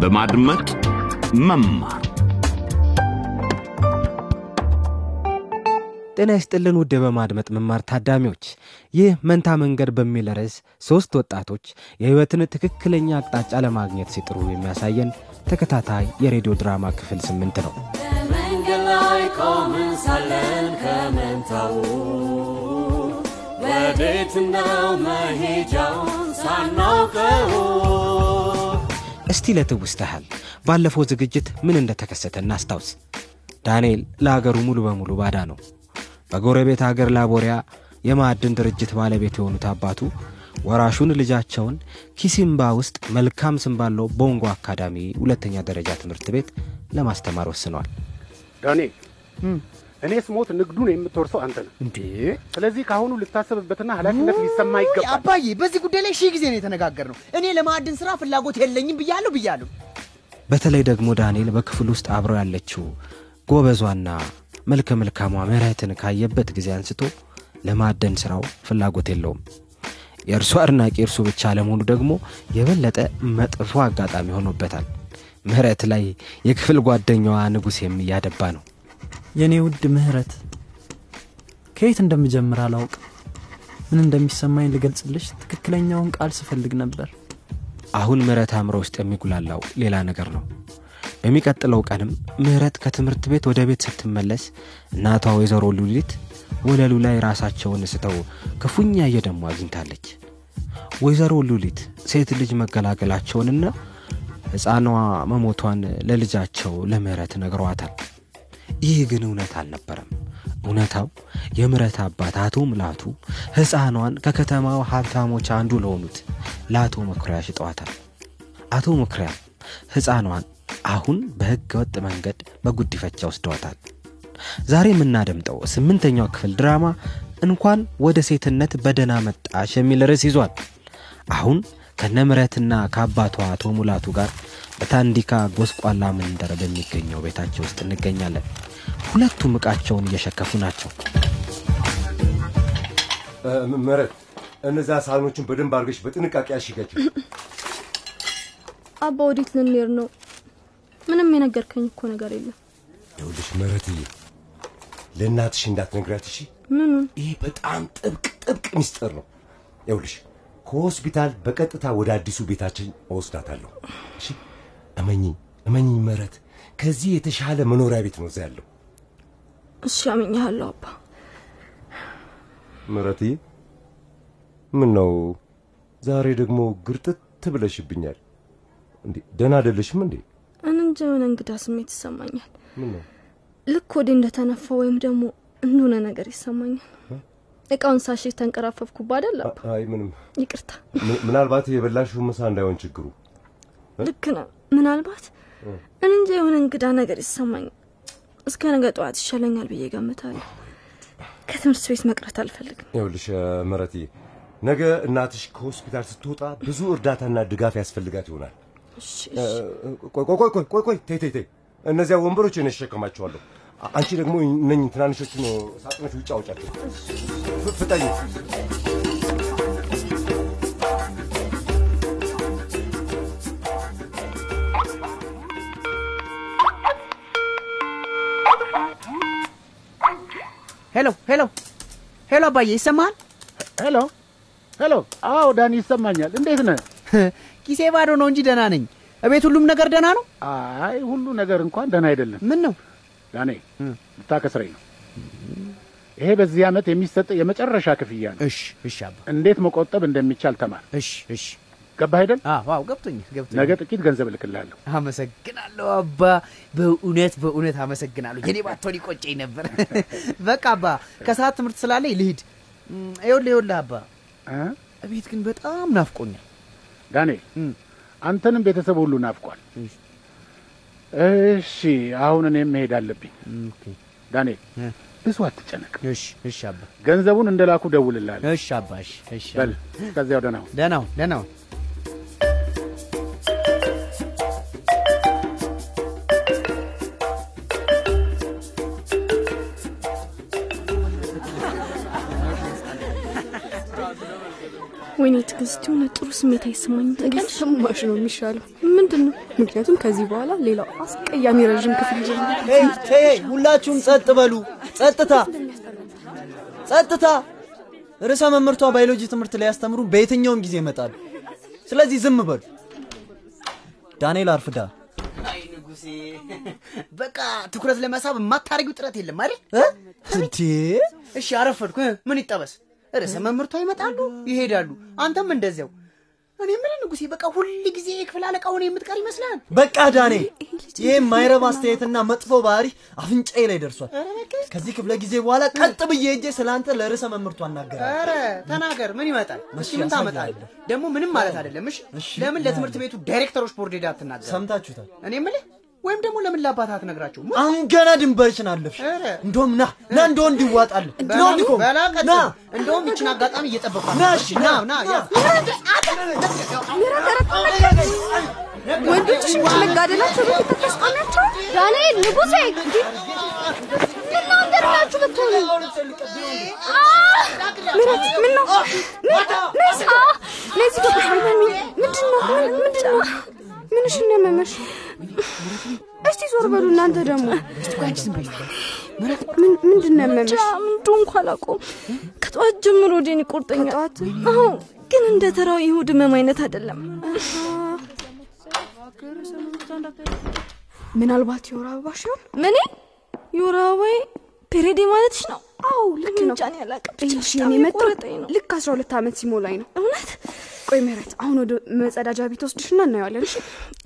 በማድመጥ መማር ጤና ይስጥልን ውድ በማድመጥ መማር ታዳሚዎች፣ ይህ መንታ መንገድ በሚል ርዕስ ሦስት ወጣቶች የሕይወትን ትክክለኛ አቅጣጫ ለማግኘት ሲጥሩ የሚያሳየን ተከታታይ የሬዲዮ ድራማ ክፍል ስምንት ነው። ከመንገድ ላይ ቆምን ሳለን ከመንታው ወዴት ነው መሄጃው ሳናውቀው እስቲ ለትውስታ ያህል ባለፈው ዝግጅት ምን እንደተከሰተ እናስታውስ። ዳንኤል ለአገሩ ሙሉ በሙሉ ባዳ ነው። በጎረቤት አገር ላቦሪያ የማዕድን ድርጅት ባለቤት የሆኑት አባቱ ወራሹን ልጃቸውን ኪሲምባ ውስጥ መልካም ስም ባለው ቦንጎ አካዳሚ ሁለተኛ ደረጃ ትምህርት ቤት ለማስተማር ወስነዋል። ዳንኤል እኔ ስሞት ንግዱን የምትወርሰው አንተ ነህ። እንዴ ስለዚህ ከአሁኑ ልታሰብበትና ኃላፊነት ሊሰማ ይገባል። አባዬ፣ በዚህ ጉዳይ ላይ ሺህ ጊዜ ነው የተነጋገርነው። እኔ ለማዕድን ስራ ፍላጎት የለኝም ብያለሁ ብያለሁ። በተለይ ደግሞ ዳንኤል በክፍል ውስጥ አብረው ያለችው ጎበዟና መልከ መልካሟ ምህረትን ካየበት ጊዜ አንስቶ ለማዕድን ስራው ፍላጎት የለውም። የእርሱ አድናቂ እርሱ ብቻ ለመሆኑ ደግሞ የበለጠ መጥፎ አጋጣሚ ሆኖበታል። ምህረት ላይ የክፍል ጓደኛዋ ንጉሴም እያደባ ነው። የእኔ ውድ ምህረት ከየት እንደምጀምር አላውቅ ምን እንደሚሰማኝ ልገልጽልሽ ትክክለኛውን ቃል ስፈልግ ነበር አሁን ምህረት አእምሮ ውስጥ የሚጉላላው ሌላ ነገር ነው። በሚቀጥለው ቀንም ምህረት ከትምህርት ቤት ወደ ቤት ስትመለስ እናቷ ወይዘሮ ሉሊት ወለሉ ላይ ራሳቸውን ስተው ክፉኛ እየደሙ አግኝታለች። ወይዘሮ ሉሊት ሴት ልጅ መገላገላቸውንና ሕፃኗ መሞቷን ለልጃቸው ለምህረት ነግረዋታል። ይህ ግን እውነት አልነበረም። እውነታው የምህረት አባት አቶ ምላቱ ሕፃኗን ከከተማው ሀብታሞች አንዱ ለሆኑት ለአቶ መኩሪያ ሽጠዋታል። አቶ መኩሪያ ሕፃኗን አሁን በሕገ ወጥ መንገድ በጉዲፈቻ ወስደዋታል። ዛሬ የምናደምጠው ስምንተኛው ክፍል ድራማ እንኳን ወደ ሴትነት በደህና መጣሽ የሚል ርዕስ ይዟል። አሁን ከነ ምህረትና ከአባቷ አቶ ሙላቱ ጋር በታንዲካ ጎስቋላ መንደር በሚገኘው ቤታቸው ውስጥ እንገኛለን። ሁለቱም ዕቃቸውን እየሸከፉ ናቸው። ምህረት እነዛ ሳህኖችን በደንብ አድርገሽ በጥንቃቄ አሽጋቸው። አባ ወዴት ልንሄድ ነው? ምንም የነገርከኝ እኮ ነገር የለም። ይኸውልሽ ምህረትዬ ለእናትሽ እንዳትነግራት እሺ። ምኑን? ይሄ በጣም ጥብቅ ጥብቅ ሚስጥር ነው። ይኸውልሽ ከሆስፒታል በቀጥታ ወደ አዲሱ ቤታችን እወስዳታለሁ። እሺ እመኚኝ፣ እመኚኝ ምህረት፣ ከዚህ የተሻለ መኖሪያ ቤት ነው እዛ ያለው። እሺ አምኜሃለሁ አባ። ምህረትዬ ምን ነው ዛሬ ደግሞ ግርጥት ብለሽብኛል እንዴ? ደህና አይደለሽም እንዴ? እኔ እንጃ የሆነ እንግዳ ስሜት ይሰማኛል። ምን ነው ልክ ወዴ እንደተነፋ ወይም ደግሞ እንደሆነ ነገር ይሰማኛል። እቃውን ሳሽ ተንቀራፈፍኩባ አይደል አባ? አይ ምንም ይቅርታ። ም- ምናልባት የበላሽው ምሳ እንዳይሆን ችግሩ። ልክ ነህ። ምናልባት እኔ እንጃ የሆነ እንግዳ ነገር ይሰማኛል። እስከ ነገ ጠዋት ይሻለኛል ብዬ ገምታለሁ። ከትምህርት ቤት መቅረት አልፈልግም። ይኸውልሽ እ፣ ምህረትዬ ነገ እናትሽ ከሆስፒታል ስትወጣ ብዙ እርዳታና ድጋፍ ያስፈልጋት ይሆናል። እሺ እ፣ እሺ። ቆይ ቆይ ቆይ ቆይ ቆይ ቆይ ተይ ተይ ተይ፣ እነዚያ ወንበሮች እኔ እሸከማቸዋለሁ። አ- አንቺ ደግሞ እነኝህ ትናንሾቹን ሳጥኖች ውጭ አውጫቸው። ፍ- ፍጠኝ። ሄሎ ሄሎ ሄሎ፣ አባዬ ይሰማሃል? ሄሎ ሄሎ። አዎ ዳኒ ይሰማኛል። እንዴት ነህ? ኪሴ ባዶ ነው እንጂ ደህና ነኝ። እቤት ሁሉም ነገር ደህና ነው። አይ ሁሉ ነገር እንኳን ደህና አይደለም። ምን ነው ዳኔ ልታከስረኝ ነው። ይሄ በዚህ ዓመት የሚሰጥ የመጨረሻ ክፍያ ነው። እሺ እሺ አባ እንዴት መቆጠብ እንደሚቻል ተማር። እሺ እሺ። ገባህ አይደል? አዎ አዎ፣ ገብቶኛል ገብቶኛል። ነገ ጥቂት ገንዘብ እልክልሃለሁ። አመሰግናለሁ አባ፣ በእውነት በእውነት አመሰግናለሁ። የኔ ባትሆን ይቆጨኝ ነበር። በቃ አባ፣ ከሰዓት ትምህርት ስላለኝ ልሂድ። እም፣ ይኸውልህ ይኸውልህ አባ፣ እ? እቤት ግን በጣም ናፍቆኛል። ዳንኤል እም፣ አንተንም ቤተሰብ ሁሉ ናፍቋል። እሺ። እሺ አሁን እኔም መሄድ አለብኝ። እም፣ ኦኬ። ዳንኤል እ። ብዙ አትጨነቅ። እሺ እሺ አባ ገንዘቡን እንደላኩ ደውልልሃል። እሺ አባ እሺ እሺ አባ። በል ከዚያው ደህና ሁን። ደህና ሁን ደህና ሁን። ወይኔ ትዕግስት፣ የሆነ ጥሩ ስሜት አይሰማኝም። ግን ታውቂያለሽ? ሰማሽ ነው የሚሻለው። ምንድን ነው ምክንያቱም ከዚህ በኋላ ሌላው አስቀያሚ ረዥም ክፍል ይጀምራል። ሁላችሁም ጸጥ በሉ። ጸጥታ ጸጥታ። ርዕሰ መምህርቷ ባዮሎጂ ትምህርት ላይ ያስተምሩን በየትኛውም ጊዜ ይመጣሉ። ስለዚህ ዝም በሉ። ዳንኤል አርፍዳ። በቃ ትኩረት ለመሳብ የማታደርጊው ጥረት የለም አይደል? እንዴ! እሺ አረፈድኩ። እ? ምን ይጠበስ? ርዕሰ መምህርቷ ይመጣሉ ይሄዳሉ። አንተም እንደዚያው። እኔ የምልህ ንጉሴ፣ በቃ ሁል ጊዜ የክፍል አለቃ ሆነ የምትቀር ይመስላል። በቃ ዳኔ፣ ይህ ማይረብ አስተያየትና መጥፎ ባህሪ አፍንጫዬ ላይ ደርሷል። ከዚህ ክፍለ ጊዜ በኋላ ቀጥ ብዬ ሄጄ ስለ አንተ ለርዕሰ መምህርቷ እናገራለሁ። ኧረ ተናገር፣ ምን ይመጣል? እሺ፣ እስኪ ምን ታመጣለህ? ደግሞ ምንም ማለት አይደለም። እሺ ለምን ለትምህርት ቤቱ ዳይሬክተሮች ቦርድ ሄዳ አትናገር? ሰምታችሁታል። እኔ የምልህ ወይም ደግሞ ለምን ለአባትህ አትነግራቸውም? አሁን ገና ድንበርሽን አለፍሽ። ኧረ እንደውም ና ና እንደ ወንድ ይዋጣል በላ- ነው እንዲቆም በላ ቀጥል። ና እንደውም ይችን አጋጣሚ እየጠበኳት ና ነው። እሺ ና ና ያ ወንዶች ሽንት መጋደላቸው በፊት ተስቆሚያቸው። ዳንኤል ንጉሴ ምነው እንደምናችሁ ብትሆኑ ምረት ምን ነው ነዚ ምንድን ነው ምንድን ነው ምንሽ እንደመመሽ እስቲ ዞር በሉ እናንተ ደግሞ ምን- ምንድን ነው ያመመሽ? ብቻ ምንዱ እንኳ አላውቀውም። ከጠዋት ጀምሮ ወዴን ይቆርጠኛል። አዎ፣ ግን እንደ ተራው የሆድ ህመም አይነት አይደለም። ምናልባት የወር አበባሽ ይሆን? ምን የወር አበባዬ ፔሬዴ ማለትሽ ነው? አዎ ልክ ነው። ምንጫን ያላቅም ይሄ ብቻ እኔ መጣሁ የቆረጠኝ ነው። ልክ 12 ዓመት ሲሞላኝ ነው። እውነት ቆይ ምህረት፣ አሁን ወደ መጸዳጃ ቤት ወስድሽና እናየዋለን። እሺ?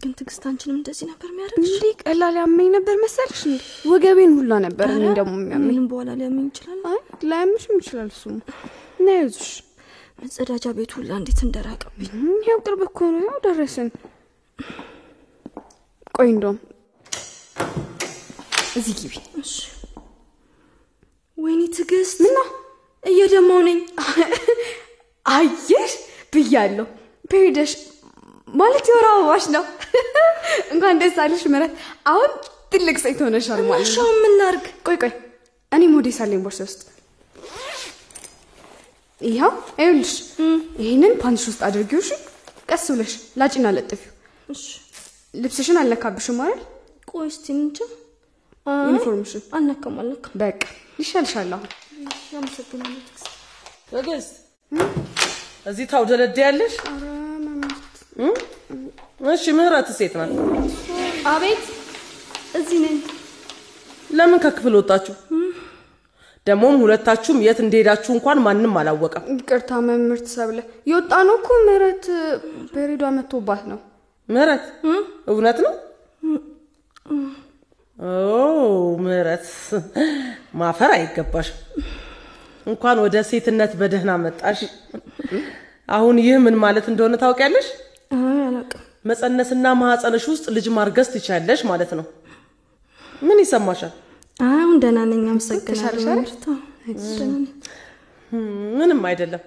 ግን ትዕግስት አንቺንም እንደዚህ ነበር የሚያደርግሽ? እንዲህ ቀላል ያመኝ ነበር መሰልሽ? እንዴ ወገቤን ሁላ ነበር። እኔ ደግሞ የሚያመኝ ምንም በኋላ ሊያመኝ ይችላል። አይ ላያምሽም ይችላል እሱማ። እና ያዙሽ መጸዳጃ ቤቱ ሁላ እንዴት እንደራቀብኝ። ያው ቅርብ እኮ ነው። ያው ደረስን። ቆይ እንደውም እዚህ ግቢ። ወይኔ ትዕግስት፣ ምን ነው እየደማው ነኝ። አየሽ ብያለሁ። ፔሪደሽ ማለት የወር አበባሽ ነው። እንኳን ደስ አለሽ ምህረት። አሁን ትልቅ ሴት ሆነሻል ማለት ነው። እሻው ምን ላርግ? ቆይ ቆይ፣ እኔ ሞዴስ አለኝ ቦርሳ ውስጥ። ይኸው ይኸውልሽ፣ ይህንን ፓንትሽ ውስጥ አድርጊው። እሺ? ቀስ ብለሽ ላጭና ለጥፊው። እሺ፣ ልብስሽን አልነካብሽም አይደል? ቆይ እስቲ እኔ እንጃ። አይ፣ ዩኒፎርምሽን አልነካም አልነካም። በቃ ይሻልሻል አሁን። አመሰግናለሁ ትዕግስት። ትዕግስት እዚህ ታውደለድያለሽ? እሺ ምህረት ሴት ናት። አቤት እዚህ ነኝ። ለምን ከክፍል ወጣችሁ? ደግሞም ሁለታችሁም የት እንደሄዳችሁ እንኳን ማንም አላወቀም። ይቅርታ መምህርት ሰብለ፣ የወጣ ነው እኮ ምህረት በሬዷ መቶባት ነው። ምህረት እውነት ነው? ኦ ምህረት ማፈር አይገባሽ። እንኳን ወደ ሴትነት በደህና መጣሽ። አሁን ይህ ምን ማለት እንደሆነ ታውቂያለሽ? አይ አላውቅም። መጸነስና ማህፀንሽ ውስጥ ልጅ ማርገዝ ትችያለሽ ማለት ነው። ምን ይሰማሻል? አይ አሁን ደህና ነኝ። አመሰግናለሁ ተሻለሽ አይደል? መምህርት። አዎ፣ ደህና ነኝ። ምንም አይደለም።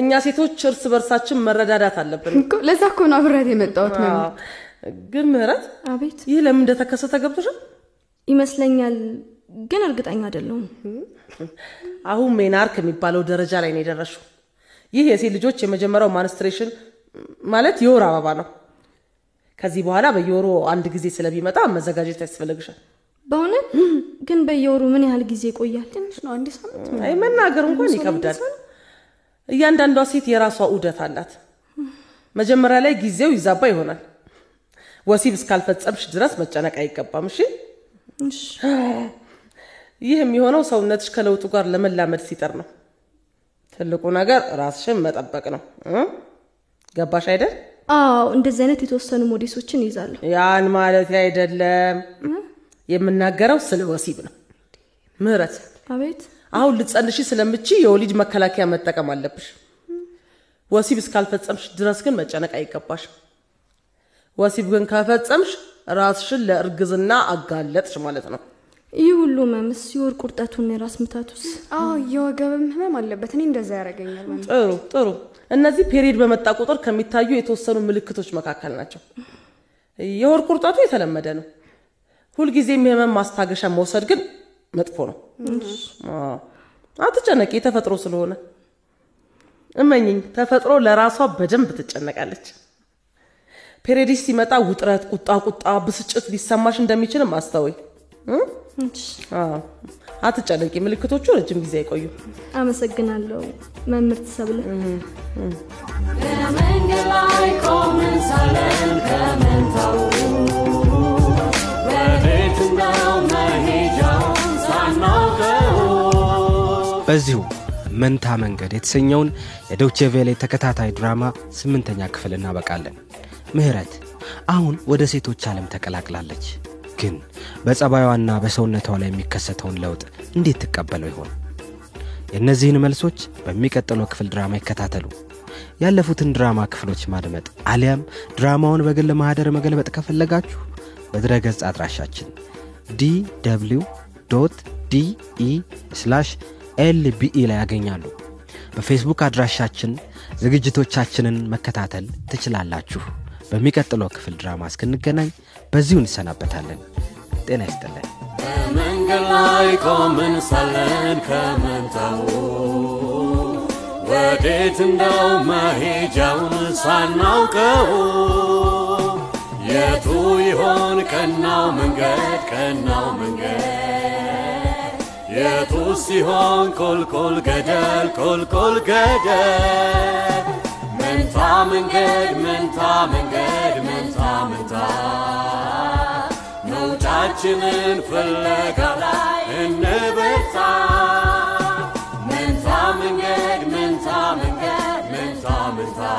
እኛ ሴቶች እርስ በርሳችን መረዳዳት አለብን። እኮ ለዛ እኮ ነው አብሬያት የመጣሁት መምህር። አዎ። ግን ምህረት አቤት ይህ ለምን እንደተከሰተ ገብቶሻል? ይመስለኛል፣ ግን እርግጠኛ አይደለሁም። አሁን ሜናርክ የሚባለው ደረጃ ላይ ነው የደረሽው። ይህ የሴት ልጆች የመጀመሪያው ማንስትሬሽን ማለት የወር አበባ ነው። ከዚህ በኋላ በየወሩ አንድ ጊዜ ስለሚመጣ መዘጋጀት ያስፈልግሻል። በእውነት ግን በየወሩ ምን ያህል ጊዜ ይቆያል? ትንሽ ነው አንድ ሳምንት አይ መናገር እንኳን ይከብዳል። እያንዳንዷ ሴት የራሷ ዑደት አላት። መጀመሪያ ላይ ጊዜው ይዛባ ይሆናል። ወሲብ እስካልፈጸምሽ ድረስ መጨነቅ አይገባም። እሺ፣ እሺ። ይህ የሚሆነው ሰውነትሽ ከለውጡ ጋር ለመላመድ ሲጠር ነው። ትልቁ ነገር ራስሽን መጠበቅ ነው። እ? ገባሽ አይደል? አዎ እንደዚህ አይነት የተወሰኑ ሞዴሶችን ይዛለሁ። ያን ማለት አይደለም። የምናገረው ስለ ወሲብ ነው። ምህረት አቤት አሁን ልትጸንሺ ስለምቺ የወሊድ መከላከያ መጠቀም አለብሽ። ወሲብ እስካልፈጸምሽ ድረስ ግን መጨነቅ አይገባሽ። ወሲብ ግን ከፈጸምሽ ራስሽን ለእርግዝና አጋለጥሽ ማለት ነው። ይህ ሁሉ መምስ የወር ቁርጠቱና የራስ ምታቱስ አዎ የወገብም ህመም አለበት። እኔ እንደዛ ያደርገኛል መምህር። ጥሩ ጥሩ። እነዚህ ፔሪድ በመጣ ቁጥር ከሚታዩ የተወሰኑ ምልክቶች መካከል ናቸው። የወር ቁርጠቱ የተለመደ ነው። ሁልጊዜም የህመም ማስታገሻ መውሰድ ግን መጥፎ ነው። አዎ። አትጨነቂ፣ የተፈጥሮ ስለሆነ እመኝኝ፣ ተፈጥሮ ለራሷ በደንብ ትጨነቃለች። ፔሬዲስ ሲመጣ ውጥረት፣ ቁጣ ቁጣ፣ ብስጭት ሊሰማሽ እንደሚችልም አስተውይ። እ? አዎ፣ አትጨነቂ። ምልክቶቹ ረጅም ጊዜ አይቆዩም። አመሰግናለሁ መምህርት ሰብለ። በመንገድ ላይ ቆምን ሳለን ከምንተው ወዴት ነው መሄጃውን ሳናውቀው በዚሁ መንታ መንገድ የተሰኘውን የዶቼ ቬሌ ተከታታይ ድራማ ስምንተኛ ክፍል እናበቃለን። ምህረት አሁን ወደ ሴቶች ዓለም ተቀላቅላለች። ግን በጸባዩዋና በሰውነቷ ላይ የሚከሰተውን ለውጥ እንዴት ትቀበለው ይሆን? የእነዚህን መልሶች በሚቀጥለው ክፍል ድራማ ይከታተሉ። ያለፉትን ድራማ ክፍሎች ማድመጥ አሊያም ድራማውን በግል ማህደር መገልበጥ ከፈለጋችሁ በድረገጽ አድራሻችን ዲw ዶት ዲኢ ኤልቢኢ e ላይ ያገኛሉ። በፌስቡክ አድራሻችን ዝግጅቶቻችንን መከታተል ትችላላችሁ። በሚቀጥለው ክፍል ድራማ እስክንገናኝ በዚሁ እንሰናበታለን። ጤና ይስጥልን። በመንገድ ላይ ቆምን ሳለን ከምንተው ወዴት እንደው መሄጃውን ሳናውቀው የቱ ይሆን ቀናው መንገድ ቀናው መንገድ የቱ ሲሆን ቁልቁል ገደል ቁልቁል ገደል መንታ መንገድ መንታ መንገድ መንታ መንታ መውጫችንን ፍለጋ ላይ እንበርታ። መንታ መንገድ መንታ መንገድ መንታ መንታ